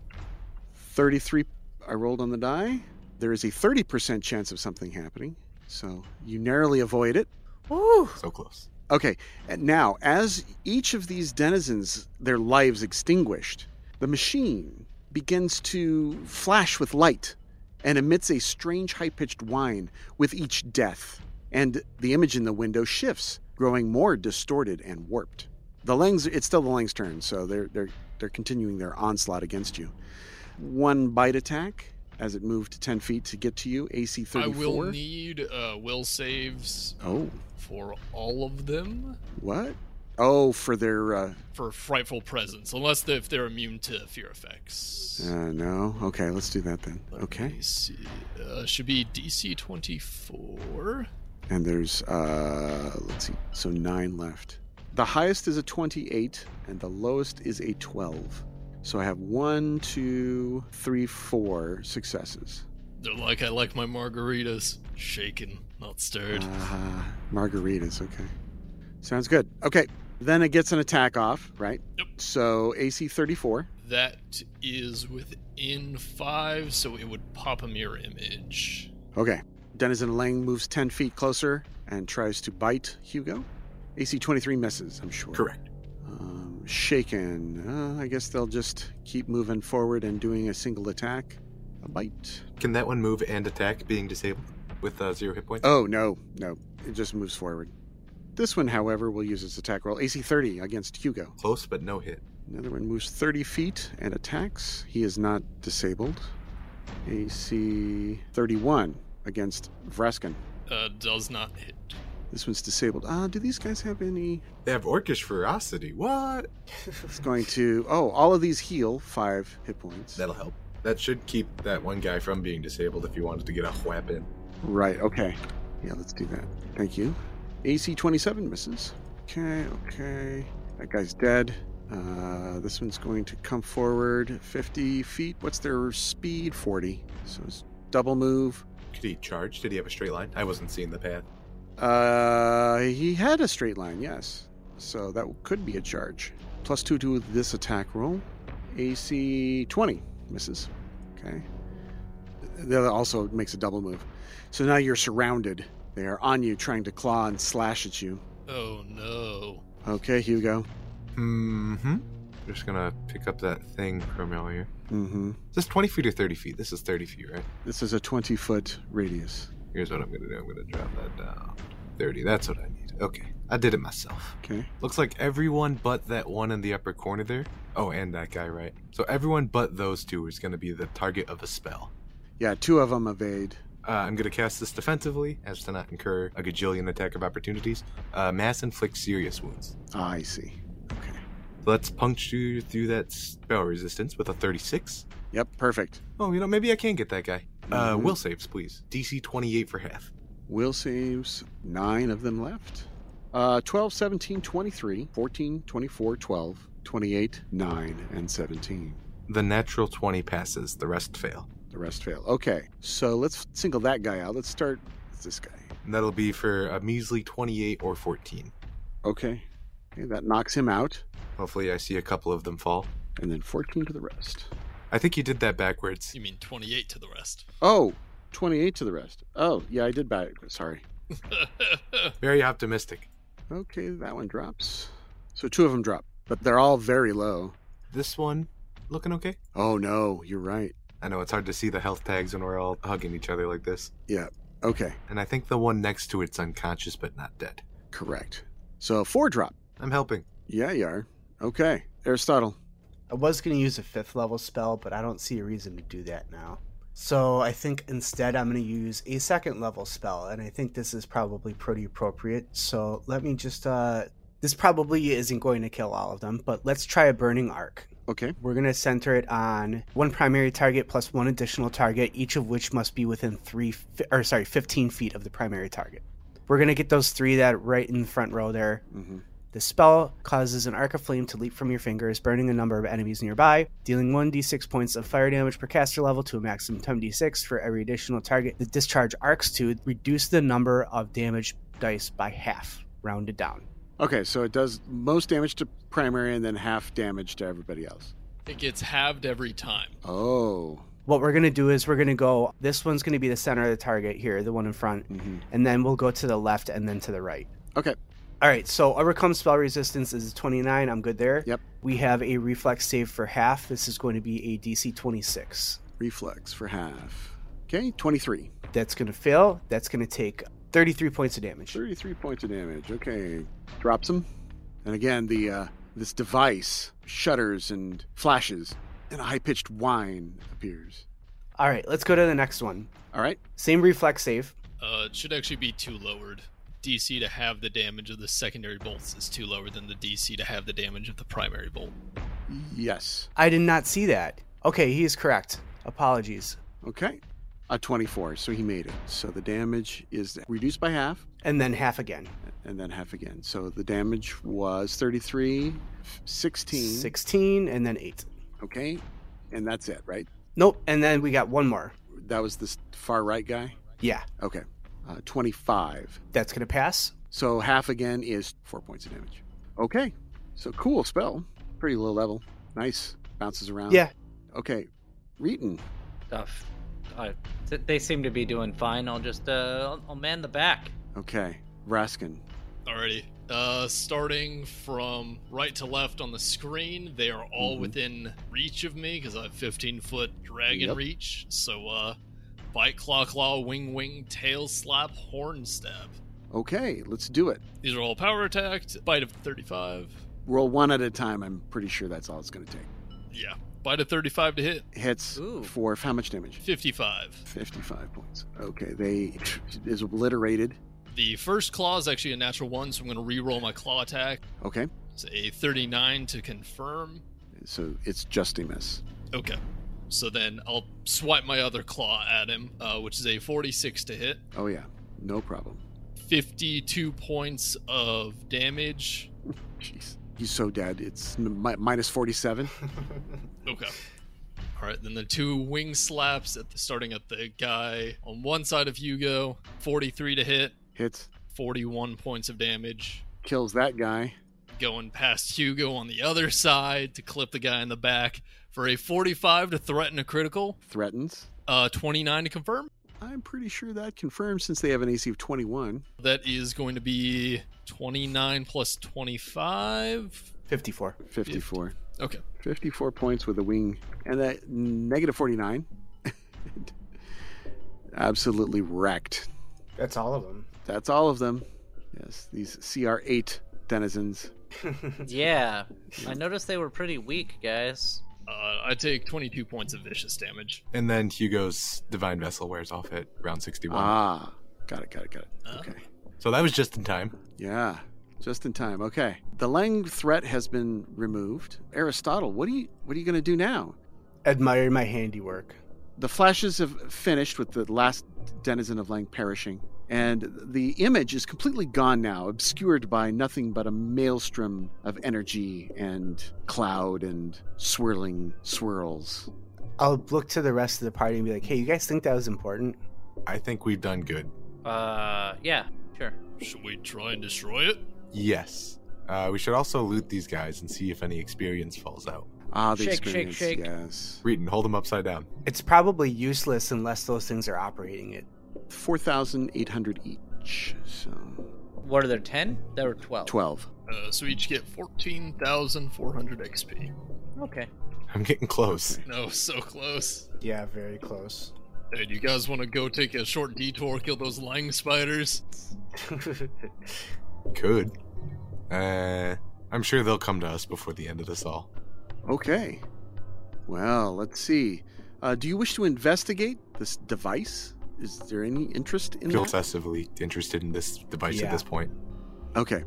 [SPEAKER 1] Thirty-three. I rolled on the die. There is a thirty percent chance of something happening. So you narrowly avoid it.
[SPEAKER 3] Woo.
[SPEAKER 2] So close.
[SPEAKER 1] Okay, and now as each of these denizens, their lives extinguished, the machine begins to flash with light and emits a strange high pitched whine with each death. And the image in the window shifts, growing more distorted and warped. The Lang's it's still the Lang's turn, so they're they're they're continuing their onslaught against you. One bite attack as it moved to ten feet to get to you, AC
[SPEAKER 5] I
[SPEAKER 1] thirty
[SPEAKER 5] will
[SPEAKER 1] four.
[SPEAKER 5] need uh, will saves
[SPEAKER 1] Oh,
[SPEAKER 5] for all of them
[SPEAKER 1] what? Oh, for their uh,
[SPEAKER 5] for frightful presence, unless they, if they're immune to fear effects.
[SPEAKER 1] Uh, no. Okay, let's do that then.
[SPEAKER 5] Let
[SPEAKER 1] Okay.
[SPEAKER 5] me see. Uh, should be DC 24.
[SPEAKER 1] And there's, uh, let's see, so nine left. The highest is a 28, and the lowest is a 12. So I have one, two, three, four successes.
[SPEAKER 5] They're like, I like my margaritas. Shaken, not stirred.
[SPEAKER 1] Ah, margaritas, okay. Sounds good. Okay, then it gets an attack off, right?
[SPEAKER 5] Yep.
[SPEAKER 1] So AC 34.
[SPEAKER 5] That is within five, so it would pop a mirror image.
[SPEAKER 1] Okay. Denizen Lang moves 10 feet closer and tries to bite Hugo. AC 23 misses, I'm sure.
[SPEAKER 2] Correct.
[SPEAKER 1] Um, shaken. Uh, I guess they'll just keep moving forward and doing a single attack. A bite.
[SPEAKER 2] Can that one move and attack being disabled with uh, zero hit points?
[SPEAKER 1] Oh, no, no. It just moves forward. This one, however, will use its attack roll. AC 30 against Hugo.
[SPEAKER 2] Close, but no hit.
[SPEAKER 1] Another one moves 30 feet and attacks. He is not disabled. AC 31 against Vraskin.
[SPEAKER 5] Uh, does not hit.
[SPEAKER 1] This one's disabled. Ah, do these guys have any?
[SPEAKER 2] They have orcish ferocity. What?
[SPEAKER 1] It's going to. Oh, all of these heal five hit points.
[SPEAKER 2] That'll help. That should keep that one guy from being disabled if you wanted to get a whap in.
[SPEAKER 1] Right, okay. Yeah, let's do that. Thank you. AC 27 misses. Okay, okay. That guy's dead. Uh, this one's going to come forward 50 feet. What's their speed? 40. So it's double move.
[SPEAKER 2] Could he charge? Did he have a straight line? I wasn't seeing the path.
[SPEAKER 1] Uh, he had a straight line, yes. So that could be a charge. Plus two to this attack roll. AC 20 misses. Okay. That also makes a double move. So now you're surrounded. They are on you, trying to claw and slash at you.
[SPEAKER 5] Oh no.
[SPEAKER 1] Okay, Hugo.
[SPEAKER 2] Mm-hmm. Just gonna pick up that thing from earlier.
[SPEAKER 1] Mm-hmm.
[SPEAKER 2] Is this 20 feet or 30 feet? This is 30 feet, right?
[SPEAKER 1] This is a 20 foot radius.
[SPEAKER 2] Here's what I'm going to do I'm going to drop that down. 30. That's what I need. Okay. I did it myself.
[SPEAKER 1] Okay.
[SPEAKER 2] Looks like everyone but that one in the upper corner there. Oh, and that guy, right? So everyone but those two is going to be the target of a spell.
[SPEAKER 1] Yeah, two of them evade.
[SPEAKER 2] Uh, I'm going to cast this defensively as to not incur a gajillion attack of opportunities. Uh, mass inflict serious wounds.
[SPEAKER 1] Ah, I see. Okay.
[SPEAKER 2] Let's puncture through that spell resistance with a 36.
[SPEAKER 1] Yep, perfect.
[SPEAKER 2] Oh, you know, maybe I can get that guy. Uh,
[SPEAKER 1] Mhm.
[SPEAKER 2] will saves, please. DC 28 for half.
[SPEAKER 1] Will saves, nine of them left. Uh, 12, 17, 23, 14, 24, 12, 28, 9, and 17.
[SPEAKER 2] The natural 20 passes, the rest fail.
[SPEAKER 1] The rest fail. Okay, so let's single that guy out. Let's start with this guy.
[SPEAKER 2] And that'll be for a measly 28 or 14.
[SPEAKER 1] Okay. okay that knocks him out,
[SPEAKER 2] Hopefully, I see a couple of them fall.
[SPEAKER 1] and then 14 to the rest.
[SPEAKER 2] I think you did that backwards.
[SPEAKER 5] You mean 28 to the rest? (laughs)
[SPEAKER 1] Oh, 28 to the rest. Oh, yeah, I did back. Sorry.
[SPEAKER 2] Very optimistic.
[SPEAKER 1] Okay, that one drops. So two of them drop, but they're all very low.
[SPEAKER 2] This one, looking okay?
[SPEAKER 1] Oh, no, you're right.
[SPEAKER 2] I know it's hard to see the health tags when we're all hugging each other like this.
[SPEAKER 1] Okay,
[SPEAKER 2] And I think the one next to it's unconscious but not dead.
[SPEAKER 1] correct. So four drop.
[SPEAKER 2] I'm helping.
[SPEAKER 1] Yeah, you are. Okay. Aristotle.
[SPEAKER 3] I was going to use a fifth level spell, but I don't see a reason to do that now. So I think instead I'm going to use a second level spell, and I think this is probably pretty appropriate. So let me just, uh, this probably isn't going to kill all of them, but let's try a burning arc.
[SPEAKER 1] Okay.
[SPEAKER 3] We're going to center it on one primary target plus one additional target, each of which must be within three, fi- or sorry, 15 feet of the primary target. We're going to get those three that are right in the front row there.
[SPEAKER 1] Mm-hmm.
[SPEAKER 3] The spell causes an arc of flame to leap from your fingers, burning a number of enemies nearby, dealing 1d6 points of fire damage per caster level to a maximum 10d6 for every additional target the discharge arcs to. Reduce the number of damage dice by half, rounded down.
[SPEAKER 1] Okay, so it does most damage to primary and then half damage to everybody else.
[SPEAKER 5] It gets halved every time.
[SPEAKER 1] Oh.
[SPEAKER 3] What we're going to do is we're going to go, this one's going to be the center of the target here, the one in front,
[SPEAKER 1] Mm-hmm.
[SPEAKER 3] and then we'll go to the left and then to the right.
[SPEAKER 1] Okay.
[SPEAKER 3] All right, so overcome spell resistance is 29. I'm good there.
[SPEAKER 1] Yep.
[SPEAKER 3] We have a reflex save for half. This is going to be a DC 26.
[SPEAKER 1] Reflex for half. Okay, 23.
[SPEAKER 3] That's going to fail. That's going to take 33 points of damage.
[SPEAKER 1] 33 points of damage. Okay. Drops him. And again, the uh, this device shudders and flashes, and a high pitched whine appears.
[SPEAKER 3] All right, let's go to the next one.
[SPEAKER 1] All right.
[SPEAKER 3] Same reflex save.
[SPEAKER 5] Uh, it should actually be two lowered. DC to have the damage of the secondary bolts is two lower than the DC to have the damage of the primary bolt.
[SPEAKER 1] Yes.
[SPEAKER 3] I did not see that. Okay, he is correct. Apologies.
[SPEAKER 1] Okay. A 24, so he made it. So the damage is reduced by half.
[SPEAKER 3] And then half again.
[SPEAKER 1] and then half again. So the damage was 33, 16.
[SPEAKER 3] 16 and then 8.
[SPEAKER 1] Okay. And that's it, right?
[SPEAKER 3] Nope, and then we got one more.
[SPEAKER 1] That was this far right guy.
[SPEAKER 3] Yeah,
[SPEAKER 1] Okay. Uh, 25.
[SPEAKER 3] that's going to pass.
[SPEAKER 1] So half again is four points of damage. Okay. So cool spell. Pretty low level. Nice. Bounces around.
[SPEAKER 3] Yeah.
[SPEAKER 1] Okay. Reeton.
[SPEAKER 4] Stuff. I, th- they seem to be doing fine. I'll just, uh, I'll, I'll man the back.
[SPEAKER 1] Okay. Raskin.
[SPEAKER 5] Alrighty. Uh, starting from right to left on the screen, they are all
[SPEAKER 1] Mhm.
[SPEAKER 5] within reach of me because I have 15 foot dragon
[SPEAKER 1] Yep.
[SPEAKER 5] reach. So, uh, bite, claw, claw, wing, wing, tail slap, horn stab.
[SPEAKER 1] Okay. Let's do it.
[SPEAKER 5] These are all power attacked. Bite of 35.
[SPEAKER 1] Roll one at a time. I'm pretty sure that's all it's going to take.
[SPEAKER 5] Yeah. Bite of 35 to hit.
[SPEAKER 1] Hits
[SPEAKER 4] Ooh.
[SPEAKER 1] for how much damage?
[SPEAKER 5] 55.
[SPEAKER 1] 55 points. Okay, they is obliterated.
[SPEAKER 5] The first claw is actually a natural one, so I'm going to re-roll my claw attack.
[SPEAKER 1] Okay,
[SPEAKER 5] It's a 39 to confirm.
[SPEAKER 1] so it's just a miss.
[SPEAKER 5] Okay. So then I'll swipe my other claw at him, uh, which is a 46 to hit.
[SPEAKER 1] Oh yeah, no problem.
[SPEAKER 5] 52 points of damage.
[SPEAKER 1] Jeez, he's so dead. It's m- mi- minus 47.
[SPEAKER 5] Okay. All right, then the two wing slaps at the, starting at the guy on one side of Hugo, 43 to hit,
[SPEAKER 1] Hits,
[SPEAKER 5] 41 points of damage.
[SPEAKER 1] kills that guy.
[SPEAKER 5] Going past Hugo on the other side to clip the guy in the back for a 45 to threaten a critical.
[SPEAKER 1] Threatens.
[SPEAKER 5] Uh, 29 to confirm.
[SPEAKER 1] I'm pretty sure that confirms since they have an AC of 21.
[SPEAKER 5] That is going to be 29 plus 25,
[SPEAKER 3] 54.
[SPEAKER 1] 54.
[SPEAKER 5] Okay.
[SPEAKER 1] 54 points with a wing and that negative 49. (laughs) Absolutely wrecked.
[SPEAKER 3] That's all of them.
[SPEAKER 1] That's all of them. Yes, these CR8 denizens.
[SPEAKER 3] (laughs)
[SPEAKER 4] Yeah, I noticed they were pretty weak, guys.
[SPEAKER 5] Uh, I take 22 points of vicious damage.
[SPEAKER 2] And then Hugo's divine vessel wears off at round 61.
[SPEAKER 1] Ah, got it, got it, got it.
[SPEAKER 4] Oh.
[SPEAKER 5] Uh,
[SPEAKER 1] Okay.
[SPEAKER 2] so that was just in time.
[SPEAKER 1] Yeah, just in time. Okay. The Lang threat has been removed. Aristotle, what are you what are you going to do now?
[SPEAKER 3] Admire my handiwork.
[SPEAKER 1] The flashes have finished with the last denizen of Lang perishing, and the image is completely gone now, obscured by nothing but a maelstrom of energy and cloud and swirling swirls.
[SPEAKER 3] I'll look to the rest of the party and be like, hey, you guys think that was important?
[SPEAKER 2] I think we've done good.
[SPEAKER 4] Uh, yeah, sure.
[SPEAKER 5] Should we try and destroy it?
[SPEAKER 2] Yes. Uh, we should also loot these guys and see if any experience falls out.
[SPEAKER 1] Ah, the
[SPEAKER 4] Shake, shake,
[SPEAKER 1] experience.
[SPEAKER 4] shake.
[SPEAKER 1] Yes.
[SPEAKER 2] Reeton, hold them upside down.
[SPEAKER 3] It's probably useless unless those things are operating it.
[SPEAKER 1] 4,800 each. So
[SPEAKER 4] What are there? Ten? There were twelve.
[SPEAKER 1] 12.
[SPEAKER 5] Uh, so each get 14,400 XP.
[SPEAKER 4] Okay.
[SPEAKER 2] I'm getting close.
[SPEAKER 5] No, so close.
[SPEAKER 3] Yeah, very close.
[SPEAKER 5] Hey, do you guys want to go take a short detour, kill those Lang spiders?
[SPEAKER 2] Could. Uh, I'm sure they'll come to us before the end of this all.
[SPEAKER 1] Okay. Well, let's see. Uh, do you wish to investigate this device? Is there any interest in
[SPEAKER 2] Feel
[SPEAKER 1] that?
[SPEAKER 2] obsessively interested in this device
[SPEAKER 3] Yeah.
[SPEAKER 2] at this point.
[SPEAKER 1] Okay.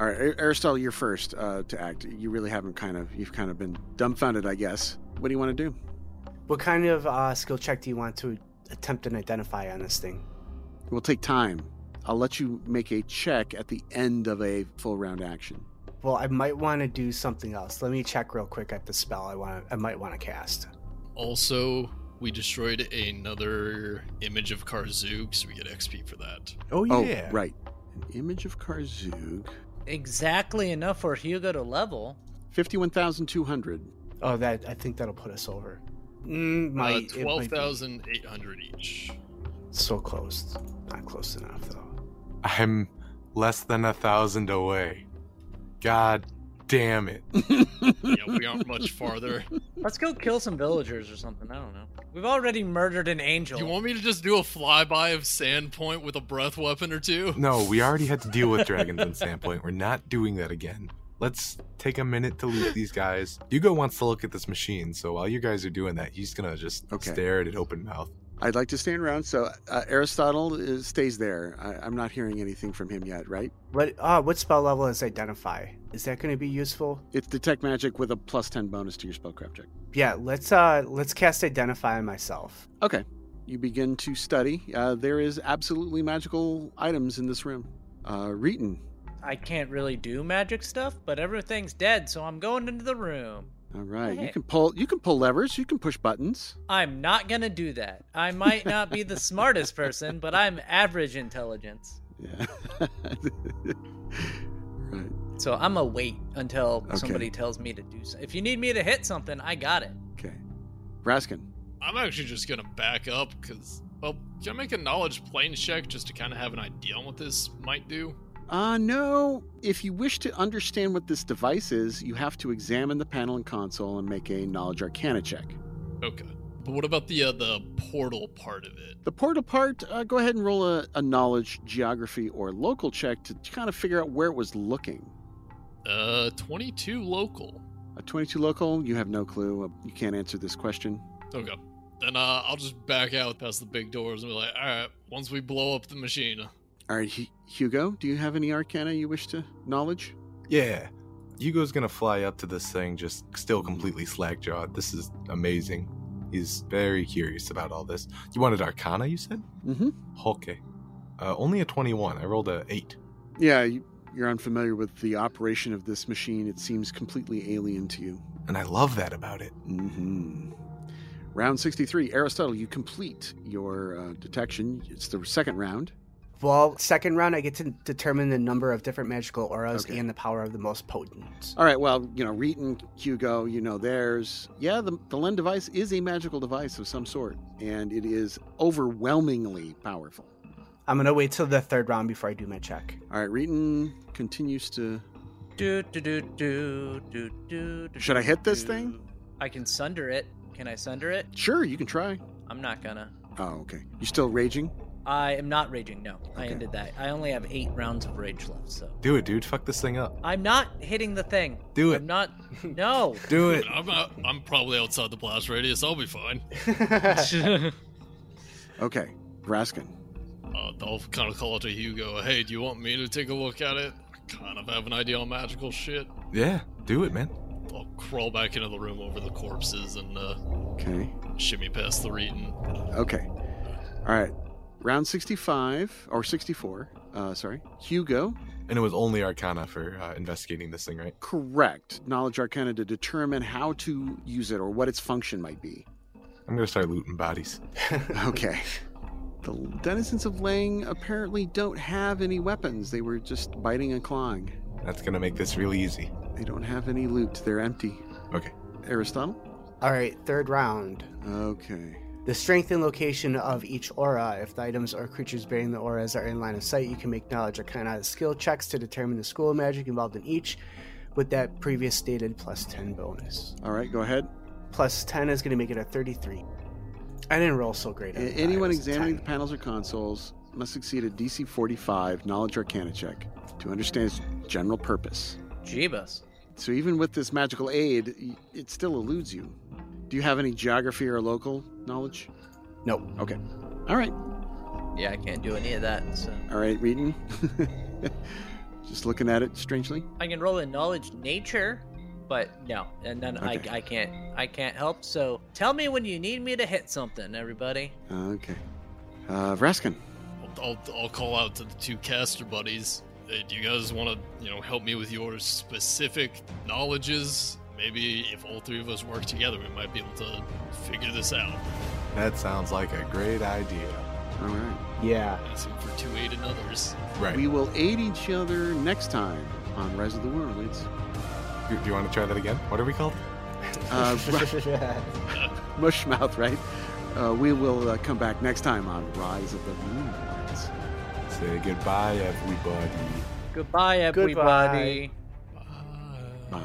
[SPEAKER 1] All right, Ar- Aristotle, you're first uh, to act. You really haven't kind of you've kind of been dumbfounded, I guess. What do you want to do?
[SPEAKER 3] (laughs) what kind of uh, skill check do you want to attempt and identify on this thing?
[SPEAKER 1] We'll take time. I'll let you make a check at the end of a full round action.
[SPEAKER 3] Well, I might want to do something else. Let me check real quick at the spell I want. I might want to cast.
[SPEAKER 5] Also, we destroyed another image of Karzook, so we get XP for that.
[SPEAKER 1] Oh, right. An image of Karzug.
[SPEAKER 4] Exactly enough for Hugo to level.
[SPEAKER 1] 51,200.
[SPEAKER 3] Oh, that I think that'll put us over. Mm, might, it might
[SPEAKER 5] uh,
[SPEAKER 3] be.
[SPEAKER 5] 12,800 each.
[SPEAKER 3] So close. Not close enough though.
[SPEAKER 2] I'm less than a thousand away. God damn it.
[SPEAKER 5] Yeah, we aren't much farther.
[SPEAKER 4] Let's go kill some villagers or something. I don't know. We've already murdered an angel.
[SPEAKER 5] You want me to just do a flyby of Sandpoint with a breath weapon or two?
[SPEAKER 2] No,
[SPEAKER 1] (laughs)
[SPEAKER 2] we already had to deal with dragons in Sandpoint. We're not doing that again. Let's take a minute to loot these guys. Hugo wants to look at this machine, so while you guys are doing that, he's gonna just
[SPEAKER 1] Okay.
[SPEAKER 2] stare at it open mouth.
[SPEAKER 1] I'd like to stand around. So uh, Aristotle is, stays there. I, I'm not hearing anything from him yet, right?
[SPEAKER 3] What? Uh, what spell level is identify? Is that going to be useful?
[SPEAKER 1] It's detect magic with a plus 10 bonus to your spellcraft check.
[SPEAKER 3] Yeah. Let's uh let's cast identify on myself.
[SPEAKER 1] Okay. You begin to study. Uh, there is absolutely magical items in this room. Uh, Reeton.
[SPEAKER 4] I can't really do magic stuff, but everything's dead, so I'm going into the room.
[SPEAKER 1] All right. You
[SPEAKER 4] Hey.
[SPEAKER 1] can pull. You can pull levers. You can push buttons.
[SPEAKER 4] I'm not gonna do that. I might not be the
[SPEAKER 1] (laughs)
[SPEAKER 4] smartest person, but I'm average intelligence.
[SPEAKER 1] Yeah. (laughs) right.
[SPEAKER 4] So I'm gonna wait until
[SPEAKER 1] Okay.
[SPEAKER 4] somebody tells me to do so. If you need me to hit something, I got it.
[SPEAKER 1] Okay. Raskin.
[SPEAKER 5] I'm actually just gonna back up because, well, can I make a knowledge plane check just to kind of have an idea on what this might do?
[SPEAKER 1] Uh, no. If you wish to understand what this device is, you have to examine the panel and console and make a knowledge arcana check.
[SPEAKER 5] Okay. But what about the uh, the portal part of it?
[SPEAKER 1] The portal part, uh, go ahead and roll a, a knowledge, geography, or local check to kind of figure out where it was looking.
[SPEAKER 5] Uh, 22 local.
[SPEAKER 1] A 22 local, you have no clue. uh, You can't answer this question.
[SPEAKER 5] Okay. Then uh, I'll just back out past the big doors and be like, all right, once we blow up the machine.
[SPEAKER 1] All right, Hu- Hugo, do you have any arcana you wish to knowledge?
[SPEAKER 2] Yeah. Hugo's gonna fly up to this thing, just still completely slack-jawed. This is amazing. He's very curious about all this. You wanted Arcana, you said?
[SPEAKER 1] Mm-hmm.
[SPEAKER 2] Okay. Uh, only a 21. I rolled a 8.
[SPEAKER 1] Yeah, you- you're unfamiliar with the operation of this machine. It seems completely alien to you.
[SPEAKER 2] And I love that about it.
[SPEAKER 1] Mm-hmm. Round 63, Aristotle, you complete your uh, detection. It's the second round.
[SPEAKER 3] Well, second round I get to determine the number of different magical auras
[SPEAKER 1] Okay.
[SPEAKER 3] and the power of the most potent.
[SPEAKER 1] All right, well, you know, Reeton, Hugo, you know theirs. Yeah, the, the Len device is a magical device of some sort, and it is overwhelmingly powerful.
[SPEAKER 3] I'm gonna wait till the third round before I do my check.
[SPEAKER 1] All right, Reeton continues to
[SPEAKER 4] Do, do, do, do, do, do, do,
[SPEAKER 1] Should I hit this thing?
[SPEAKER 4] do. I can sunder it. Can I sunder it?
[SPEAKER 1] Sure, you can try.
[SPEAKER 4] I'm not gonna.
[SPEAKER 1] Oh, okay. You still raging?
[SPEAKER 4] I am not raging. No, I
[SPEAKER 1] Okay.
[SPEAKER 4] ended that. I only have eight rounds of rage left, so
[SPEAKER 2] Do it, dude. Fuck this thing up.
[SPEAKER 4] I'm not hitting the thing.
[SPEAKER 2] Do
[SPEAKER 4] I'm
[SPEAKER 1] (laughs)
[SPEAKER 2] it.
[SPEAKER 4] not. No. (laughs)
[SPEAKER 2] Do it.
[SPEAKER 5] I'm, out, I'm probably outside the blast radius. I'll be fine.
[SPEAKER 1] Okay. Raskin.
[SPEAKER 5] Uh, I'll kind of call out to Hugo. Hey, do you want me to take a look at it? I kind of have an idea on magical shit.
[SPEAKER 2] Yeah, do it, man.
[SPEAKER 5] I'll crawl back into the room over the corpses and uh,
[SPEAKER 1] Okay.
[SPEAKER 5] shimmy past the reading.
[SPEAKER 1] Okay. All right. Round 65 or 64. Uh, sorry. Hugo.
[SPEAKER 2] And it was only Arcana for uh, investigating this thing, right?
[SPEAKER 1] Correct. Knowledge Arcana to determine how to use it or what its function might be.
[SPEAKER 2] I'm gonna start looting bodies.
[SPEAKER 1] Okay. The denizens of Lang apparently don't have any weapons. They were just biting and clawing.
[SPEAKER 2] That's gonna make this really easy.
[SPEAKER 1] They don't have any loot. They're empty.
[SPEAKER 2] Okay.
[SPEAKER 1] Aristotle?
[SPEAKER 3] All right, third round.
[SPEAKER 1] Okay.
[SPEAKER 3] The strength and location of each aura. If the items or creatures bearing the auras are in line of sight, you can make knowledge arcana skill checks to determine the school of magic involved in each with that previous stated plus 10 bonus.
[SPEAKER 1] All right, go ahead.
[SPEAKER 3] Plus 10 is going to make it a 33. I didn't roll so great.
[SPEAKER 1] A-
[SPEAKER 3] on that.
[SPEAKER 1] Anyone
[SPEAKER 3] It was a
[SPEAKER 1] examining the
[SPEAKER 3] 10.
[SPEAKER 1] panels or consoles must succeed a DC 45 Knowledge Arcana check to understand its general purpose.
[SPEAKER 4] Jeebus.
[SPEAKER 1] So even with this magical aid, y- it still eludes you. Do you have any geography or local knowledge?
[SPEAKER 3] Nope.
[SPEAKER 1] Okay. All right.
[SPEAKER 4] Yeah, I can't do any of that. So
[SPEAKER 1] All right, Reading. (laughs) Just looking at it strangely.
[SPEAKER 4] I can roll in knowledge nature, but no, and then
[SPEAKER 1] Okay.
[SPEAKER 4] I, I can't I can't help. So tell me when you need me to hit something, everybody.
[SPEAKER 1] Okay. Uh, Raskin.
[SPEAKER 5] I'll, I'll, I'll call out to the two caster buddies. Hey, do you guys want to, you know, help me with your specific knowledges? Maybe if all three of us work together, we might be able to figure this out.
[SPEAKER 2] That sounds like a great idea.
[SPEAKER 1] All right.
[SPEAKER 3] Yeah.
[SPEAKER 5] Asking for two aid and others.
[SPEAKER 2] Right.
[SPEAKER 1] We will aid each other next time on Rise of the Wormwoods.
[SPEAKER 2] do, do you want to try that again? What are we called?
[SPEAKER 1] Uh,
[SPEAKER 3] (laughs)
[SPEAKER 1] (laughs) Mushmouth, right? Uh, we will uh, come back next time on Rise of the Wormwoods.
[SPEAKER 2] Say goodbye, everybody.
[SPEAKER 4] Goodbye, everybody.
[SPEAKER 3] Goodbye.
[SPEAKER 5] Bye.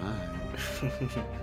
[SPEAKER 1] Bye.